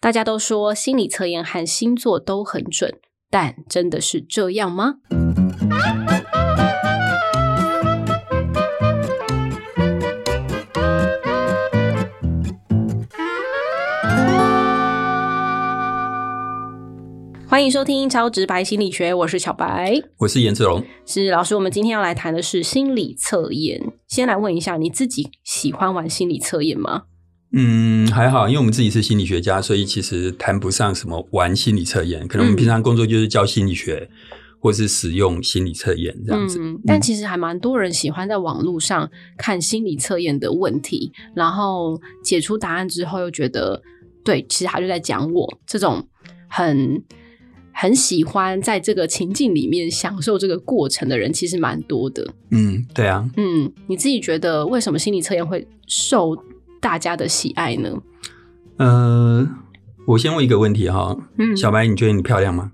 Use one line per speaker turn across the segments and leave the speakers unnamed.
大家都说心理测验和星座都很准，但真的是这样吗？欢迎收听《超直白心理学》，我是小白。
我是颜志龙，
是老师，我们今天要来谈的是心理测验。先来问一下，你自己喜欢玩心理测验吗？
嗯，还好，因为我们自己是心理学家，所以其实谈不上什么玩心理测验，可能我
嗯
们平常工作就是教心理学，或是使用心理测验这样子。
嗯，但其实还蛮多人喜欢在网络上看心理测验的问题，然后解出答案之后又觉得，对，其实他就在讲我这种很很喜欢在这个情境里面享受这个过程的人，其实蛮多的。
嗯对啊，
嗯，你自己觉得为什么心理测验会受大家的喜爱呢？
呃，我先问一个问题哈，
嗯，
小白，你觉得你漂亮吗？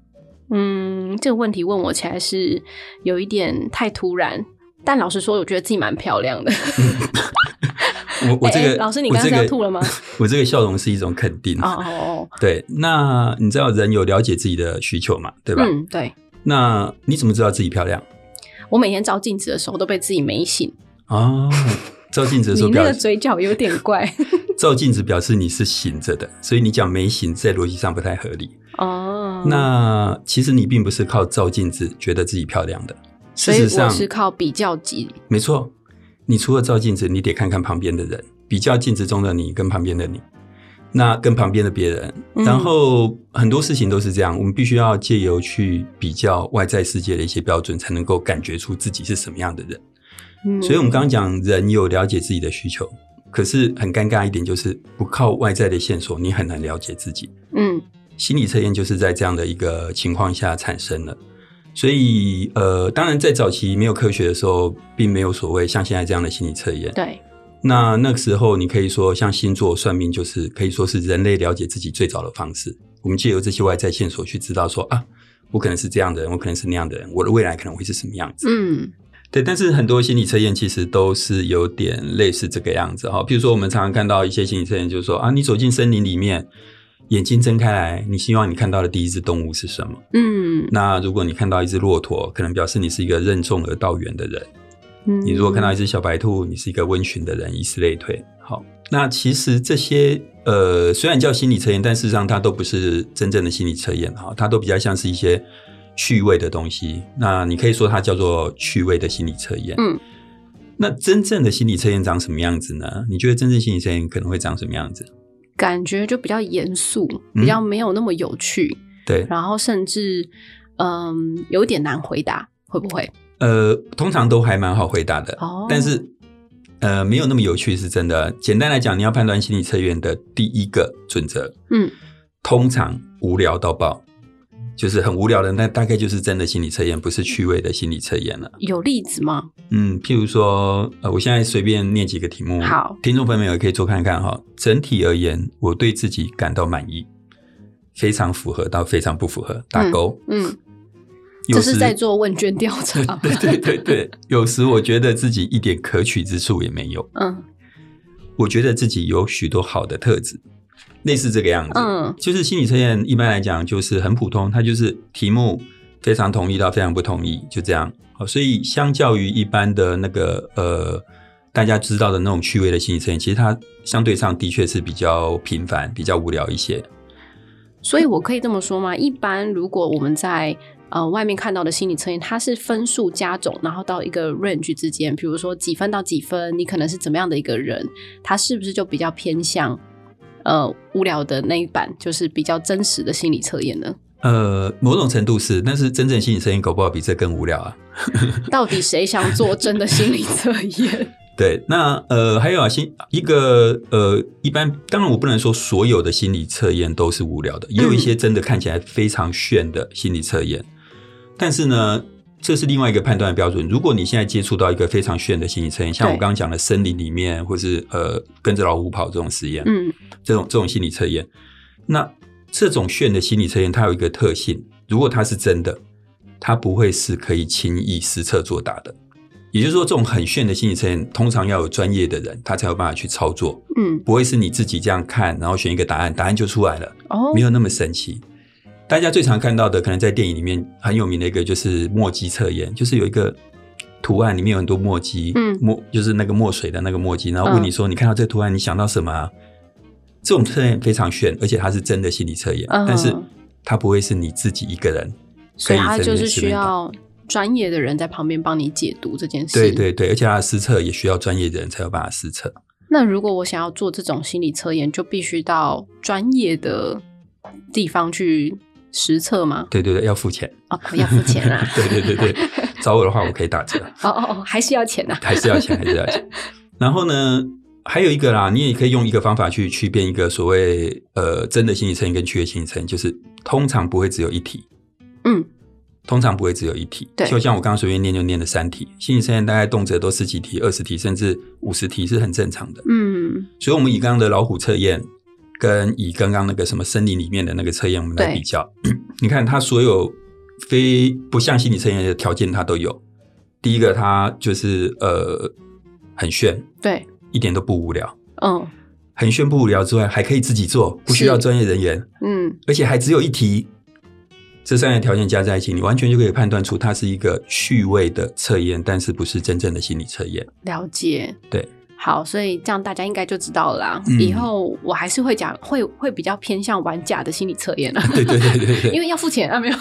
嗯，这个问题问我起来是有一点太突然，但老实说，我觉得自己蛮漂亮的。
我我这
哎哎
个
老师你
我
刚刚
这
是要
个
吐了吗？
我这个笑容是一种肯定。
哦 哦哦，
对，那你知道人有了解自己的需求嘛？对吧？
嗯，对
那你怎么知道自己漂亮？
我每天照镜子的时候都被自己美醒。
哦，照镜子的时
你
候
那
表
个嘴角有点 怪
照镜子表示你是醒着的，所以你讲没醒，在逻辑上不太合理。
哦。
那其实你并不是靠照镜子觉得自己漂亮的，事
所以
实
我
上
是靠比较级。
没错。你除了照镜子，你得看看旁边的人，比较镜子中的你跟旁边的你，那跟旁边的别人。
嗯
然后很多事情都是这样，我们必须要借由去比较外在世界的一些标准，才能够感觉出自己是什么样的人。
嗯
所以，我们刚刚讲人有了解自己的需求，可是很尴尬一点就是，不靠外在的线索，你很难了解自己。
嗯
心理测验就是在这样的一个情况下产生了。所以，呃，当然在早期没有科学的时候，并没有所谓像现在这样的心理测验。
对，
那那个时候，你可以说像星座算命，就是可以说是人类了解自己最早的方式。我们借由这些外在线索去知道说啊，我可能是这样的人，我可能是那样的人，我的未来可能会是什么样子。
嗯
对，但是很多心理测验其实都是有点类似这个样子哈、比如说，我们常常看到一些心理测验，就是说啊，你走进森林里面，眼睛睁开来，你希望你看到的第一只动物是什么？
嗯
那如果你看到一只骆驼，可能表示你是一个任重而道远的人；
嗯。
你如果看到一只小白兔，你是一个温驯的人，以此类推。好，那其实这些呃，虽然叫心理测验，但事实上它都不是真正的心理测验哈，它都比较像是一些趣味的东西。那你可以说它叫做趣味的心理测验。
嗯，
那真正的心理测验长什么样子呢？你觉得真正心理测验可能会长什么样子？
感觉就比较严肃，
嗯
比较没有那么有趣，
对，
然后甚至嗯有一点难回答，会不会？
呃，通常都还蛮好回答的，
哦
但是呃，没有那么有趣是真的。简单来讲，你要判断心理测验的第一个准则，
嗯，
通常无聊到爆，就是很无聊的，那大概就是真的心理测验，不是趣味的心理测验了。
有例子吗？
嗯，譬如说，呃，我现在随便念几个题目，
好
听众朋友们也可以做看看哈、整体而言，我对自己感到满意，非常符合到非常不符合，打勾。
嗯，
有
这是
时
在做问卷调查
。对对对对，有时我觉得自己一点可取之处也没有，
嗯
我觉得自己有许多好的特质，类似这个样子。
嗯
就是心理测验一般来讲就是很普通，它就是题目非常同意到非常不同意，就这样。好，所以相较于一般的那个呃大家知道的那种趣味的心理测验，其实它相对上的确是比较平凡、比较无聊一些。
所以我可以这么说吗？一般如果我们在呃外面看到的心理测验，它是分数加总，然后到一个 range 之间，比如说几分到几分，你可能是怎么样的一个人，它是不是就比较偏向呃无聊的那一版，就是比较真实的心理测验 呢？
呃，某种程度是，但是真正心理测验搞不好比这更无聊啊。
到底谁想做真的心理测 验？
对，那呃，还有啊，心一个呃，一般当然我不能说所有的心理测验都是无聊的，也有一些真的看起来非常炫的心理测验。但是呢，这是另外一个判断的标准。如果你现在接触到一个非常炫的心理测验，像我
对
刚刚讲的森林里面，或是呃跟着老虎跑这种实验，
嗯
这种这种心理测验，那这种炫的心理测验，它有一个特性，如果它是真的，它不会是可以轻易实测作答的。也就是说，这种很炫的心理测验，通常要有专业的人，他才有办法去操作，
嗯
不会是你自己这样看，然后选一个答案，答案就出来了，
哦
没有那么神奇。大家最常看到的，可能在电影里面很有名的一个就是墨迹测验，就是有一个图案里面有很多墨迹，
嗯
墨就是那个墨水的那个墨迹，然后问你说、你看到这个图案你想到什么、啊？这种测验非常炫，而且它是真的心理测验，
嗯
但是它不会是你自己一个人
所以
可以
他
在
就是
那随
需
便打
要专业的人在旁边帮你解读这件事。
对对对，而且它的施测也需要专业的人才有办法施测。
那如果我想要做这种心理测验，就必须到专业的地方去实测吗？
对对对，要付钱。
哦，要付钱啦
！对对对 对，找我的话我可以打折，
哦哦哦，还是要钱呐、
还是要钱，还是要钱。然后呢，还有一个啦，你也可以用一个方法去区辨一个所谓呃真的心理测验跟虚的心理测验，就是通常不会只有一题，
嗯，
通常不会只有一题。
对
就像我刚刚随便念就念了三题，心理测验大概动辄都十几题、二十题，甚至五十题是很正常的。
嗯，
所以，我们以刚刚的老虎测验，跟以刚刚那个什么森林里面的那个测验，我们来
对
比较。 你看，它所有非不像心理测验的条件，它都有。第一个，它就是呃很炫，
对，
一点都不无聊。
嗯
很炫不无聊之外，还可以自己做，不需
是
要专业人员，
嗯，
而且还只有一题。这三个条件加在一起，你完全就可以判断出它是一个趣味的测验，但是不是真正的心理测验。
了解。
对，
好，所以这样大家应该就知道了啦。
嗯
以后我还是会讲，会会比较偏向玩假的心理测验啦。啊
对对对对对，
因为要付钱 啊，没有。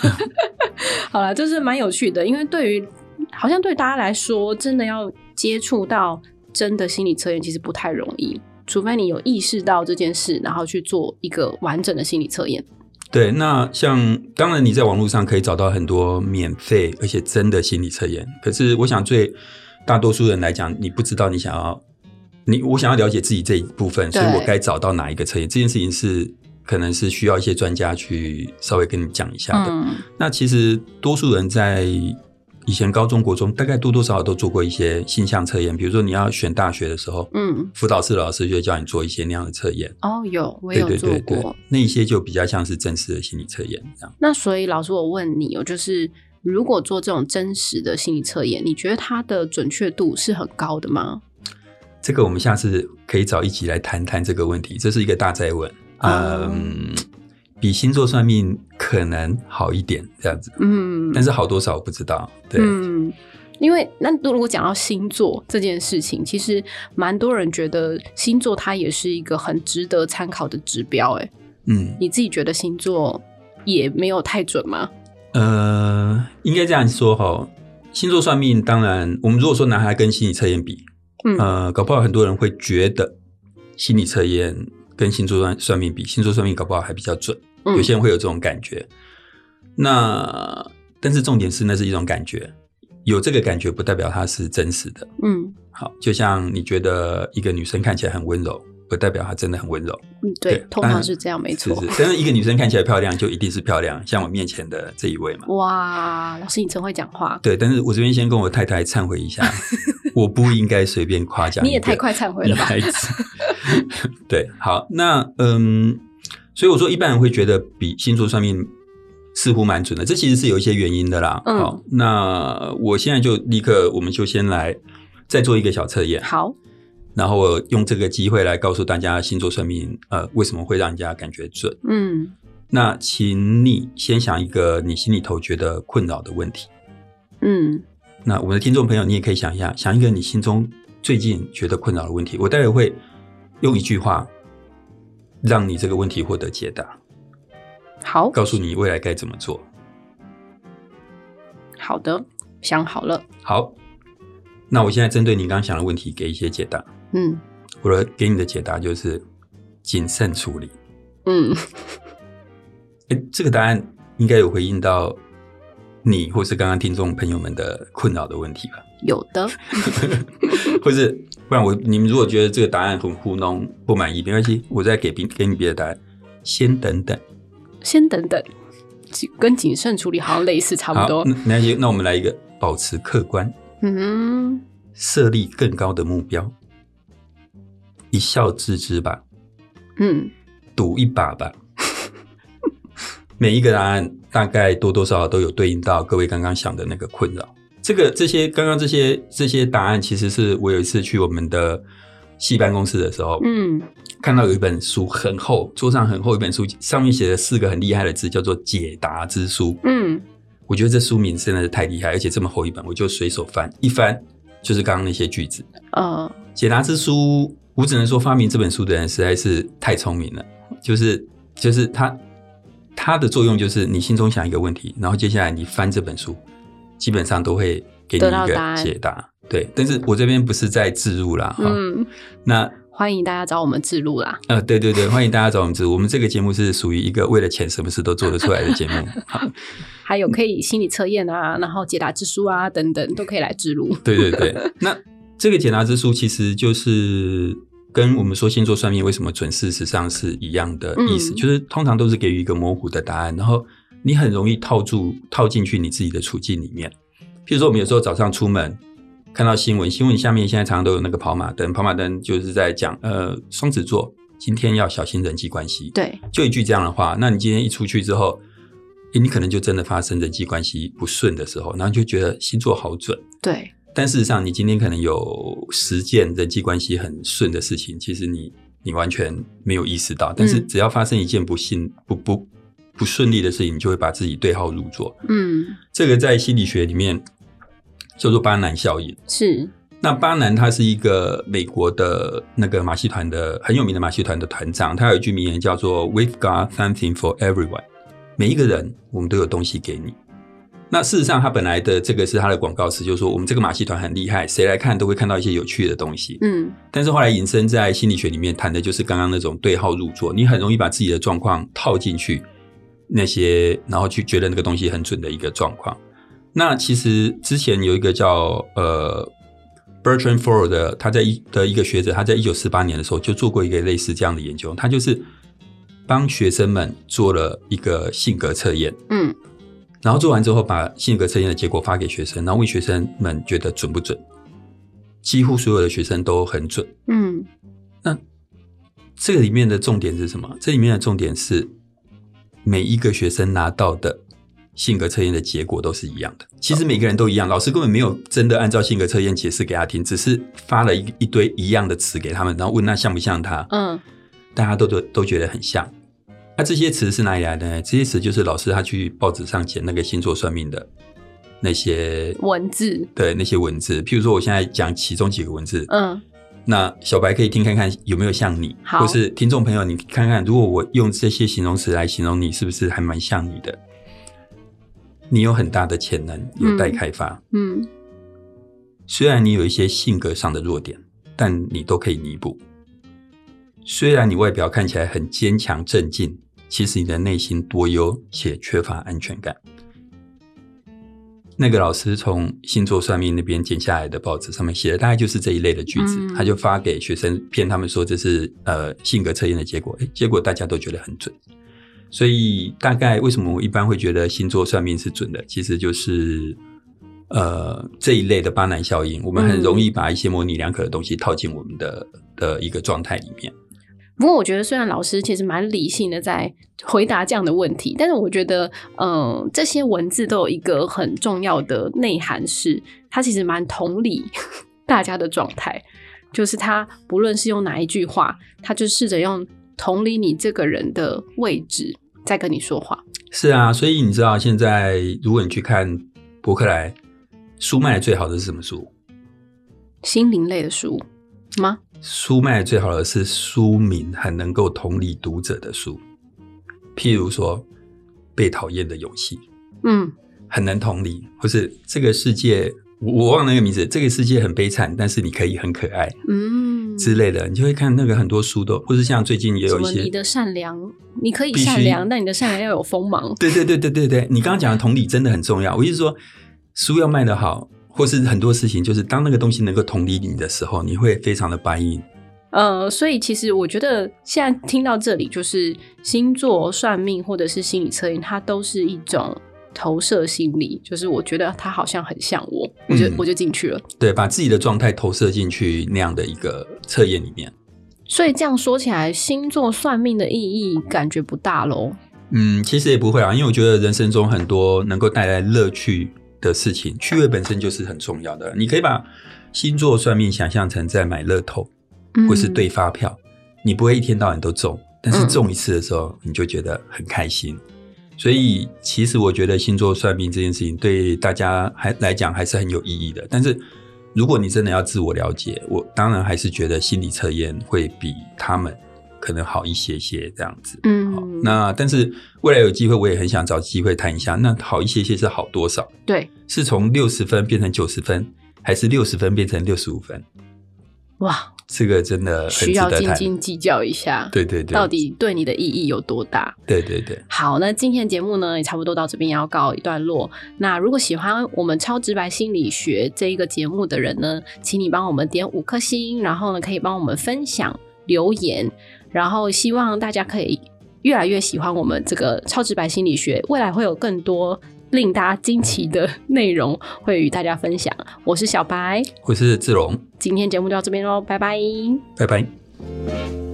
好了，就是蛮有趣的，因为对于好像对大家来说，真的要接触到真的心理测验，其实不太容易，除非你有意识到这件事，然后去做一个完整的心理测验。
对，那像当然你在网络上可以找到很多免费而且真的心理测验，可是我想对大多数人来讲，你不知道你想要你我想要了解自己这一部分，所
对
以我该找到哪一个测验，这件事情是可能是需要一些专家去稍微跟你讲一下的。
嗯，
那其实多数人在以前高中国中大概多多少少都做过一些性向测验，比如说你要选大学的时候，
嗯，
辅导室老师就会叫你做一些那样的测验。
哦，有，我
对
有
对
做
对
过。
对，那一些就比较像是正式的心理测验这样。
那所以老师，我问你哦，就是如果做这种真实的心理测验，你觉得它的准确度是很高的吗？
这个我们下次可以找一起来谈谈这个问题，这是一个大灾问。
哦
嗯，比星座算命可能好一点这样子，
嗯，
但是好多少我不知道。对，
嗯，因为那如果讲到星座这件事情，其实蛮多人觉得星座它也是一个很值得参考的指标。哎，
嗯，
你自己觉得星座也没有太准吗？
呃，应该这样说哈、星座算命，当然，我们如果说拿它跟心理测验比，
嗯
呃，搞不好很多人会觉得心理测验跟星座算算命比，星座算命搞不好还比较准。
嗯，
有些人会有这种感觉。那但是重点是，那是一种感觉，有这个感觉不代表它是真实的。
嗯
好，就像你觉得一个女生看起来很温柔，不代表她真的很温柔，
嗯，对，
对
通
当
常
然
是这样，没
是
错。
不是？但是一个女生看起来漂亮，就一定是漂亮，像我面前的这一位嘛。
哇，老师你真会讲话，
对，但是我这边先跟我太太忏悔 一下，我不应该随便夸奖
你也
一个
太快忏悔
女
了 吧？
孩子。对，好，那嗯，所以我说一般人会觉得比星座算命似乎蛮准的，这其实是有一些原因的啦。
嗯
好，那我现在就立刻，我们就先来再做一个小测验，
好，
然后我用这个机会来告诉大家星座算命呃为什么会让人家感觉准。
嗯，
那请你先想一个你心里头觉得困扰的问题。
嗯，
那我们的听众朋友，你也可以想一下，想一个你心中最近觉得困扰的问题。我待会会用一句话让你这个问题获得解答，
好，
告诉你未来该怎么做。
好的，想好了，
好，那我现在针对你刚刚想的问题给一些解答。
嗯
我的给你的解答就是谨慎处理。
嗯，
诶，这个答案应该有回应到你或是刚刚听众朋友们的困扰的问题吧？
有的，
或是不然我你们如果觉得这个答案很糊弄不满意，没关系，我再给别给你别的答案，先等等。
先等等，谨跟谨慎处理好像类似差不多
好，。那没关系，那我们来一个保持客观，
嗯，
设立更高的目标，一笑置之吧，
嗯，
赌一把吧。 每一个答案大概多多少少都有对应到各位刚刚想的那个困扰。这个这些刚刚这些这些答案，其实是我有一次去我们的戏班公司的时候，
嗯，
看到有一本书很厚，桌上很厚一本书，上面写了四个很厉害的字，叫做《解答之书》。
嗯，
我觉得这书名真的是太厉害，而且这么厚一本，我就随手翻一翻，就是刚刚那些句子。
呃，
《解答之书》，我只能说发明这本书的人实在是太聪明了，就是就是它它的作用就是你心中想一个问题，然后接下来你翻这本书，基本上都会给你一
得到答
个
案
解答。对，但是我这边不是在自入啦，哈、
嗯，
那
欢迎大家找我们自录啦。
呃，对对对，欢迎大家找我们自入，我们这个节目是属于一个为了钱什么事都做得出来的节目。好
还有可以心理测验啊，然后解答之书啊等等，都可以来植入。
对对对，那这个解答之书其实就是跟我们说星座算命为什么准事实上是一样的意思，
嗯
就是通常都是给予一个模糊的答案，然后你很容易套住套进去你自己的处境里面。譬如说，我们有时候早上出门看到新闻，新闻下面现在常常都有那个跑马灯，跑马灯就是在讲呃双子座今天要小心人际关系，
对，
就一句这样的话，那你今天一出去之后。诶你可能就真的发生人际关系不顺的时候，然后你就觉得星座好准，
对，
但事实上，你今天可能有十件人际关系很顺的事情，其实你你完全没有意识到。但是只要发生一件不幸、不不不顺利的事情，你就会把自己对号入座。
嗯，
这个在心理学里面叫做巴南效应。
是，
那巴南他是一个美国的那个马戏团的很有名的马戏团的团长，他有一句名言叫做 “We've got something for everyone”，每一个人我们都有东西给你。那事实上，他本来的这个是他的广告词，就是说我们这个马戏团很厉害，谁来看都会看到一些有趣的东西。
嗯，
但是后来引申在心理学里面谈的就是刚刚那种对号入座，你很容易把自己的状况套进去那些，然后去觉得那个东西很准的一个状况。那其实之前有一个叫呃 Bertrand Ford 的，他在一的一个学者，他在一九四八年的时候就做过一个类似这样的研究，他就是帮学生们做了一个性格测验，
嗯，
然后做完之后，把性格测验的结果发给学生，然后问学生们觉得准不准。几乎所有的学生都很准。
嗯，
这个里面的重点是什么？这里面的重点是每一个学生拿到的性格测验的结果都是一样的。其实每个人都一样，老师根本没有真的按照性格测验解释给他听，只是发了一一堆一样的词给他们，然后问那像不像他？
嗯，
大家都都都觉得很像。那、这些词是哪里来的呢？这些词就是老师他去报纸上捡那个星座算命的那些
文字，
对那些文字，譬如说我现在讲其中几个文字，
嗯，
那小白可以听看看有没有像你，
好
或是听众朋友你看看，如果我用这些形容词来形容你，是不是还蛮像你的？你有很大的潜能，有待开发。
嗯，
虽然你有一些性格上的弱点，但你都可以弥补。虽然你外表看起来很坚强镇静，其实你的内心多忧且缺乏安全感。那个老师从星座算命那边剪下来的报纸上面写的，大概就是这一类的句子，
嗯
他就发给学生，骗他们说这是呃性格测验的结果，诶结果大家都觉得很准。所以大概为什么我一般会觉得星座算命是准的，其实就是呃这一类的巴南效应，我们很容易把一些模棱两可的东西套进我们的的一个状态里面。
不过我觉得，虽然老师其实蛮理性的在回答这样的问题，但是我觉得，嗯、这些文字都有一个很重要的内涵是，它其实蛮同理 大家的状态，就是他不论是用哪一句话，他就试着用同理你这个人的位置在跟你说话。
是啊，所以你知道现在如果你去看博客来书卖的最好的是什么书？
心灵类的书吗？
书卖的最好的是书名很能够同理读者的书，譬如说《被讨厌的勇气》。
嗯
很能同理，或是这个世界，我我忘了那个名字，这个世界很悲惨，但是你可以很可爱
嗯，
之类的，你就会看那个很多书都，或是像最近也
什
有一
么？
些
你，的善良，你可以
必须
善良，但你的善良要有锋芒。
对对对对对对，你刚刚讲的同理真的很重要。我意思说，书要卖得好，或是很多事情，就是当那个东西能够同理你的时候，你会非常的 buy in。
呃，所以其实我觉得现在听到这里，就是星座算命或者是心理测验，它都是一种投射心理，就是我觉得它好像很像我，我就、
嗯
我就进去了。
对，把自己的状态投射进去那样的一个测验里面。
所以这样说起来，星座算命的意义感觉不大喽。
嗯，其实也不会啊，因为我觉得人生中很多能够带来乐趣的事情，趣味本身就是很重要的。你可以把星座算命想象成在买乐透，
嗯
或是对发票，你不会一天到晚都中，但是中一次的时候，你就觉得很开心。所以，其实我觉得星座算命这件事情对大家还来讲还是很有意义的。但是，如果你真的要自我了解，我当然还是觉得心理测验会比他们可能好一些些这样子。好
嗯，
那但是未来有机会，我也很想找机会谈一下。那好一些些是好多少？
对，
是从六十分变成九十分，还是六十分变成六十五分？
哇，
这个真的呃很值
需要
得
斤
谈。
斤计较一下，
对对对，
到底对你的意义有多大？
对对对，
好，那今天的节目呢，也差不多到这边要告一段落。那如果喜欢我们《超直白心理学》这一个节目的人呢，请你帮我们点五颗星，然后呢，可以帮我们分享留言，然后希望大家可以越来越喜欢我们这个《超直白心理学》，未来会有更多。令大家惊奇的 内容会与大家分享。我是小白，
我是志龙，
今天节目就到这边喽，拜拜。
拜拜。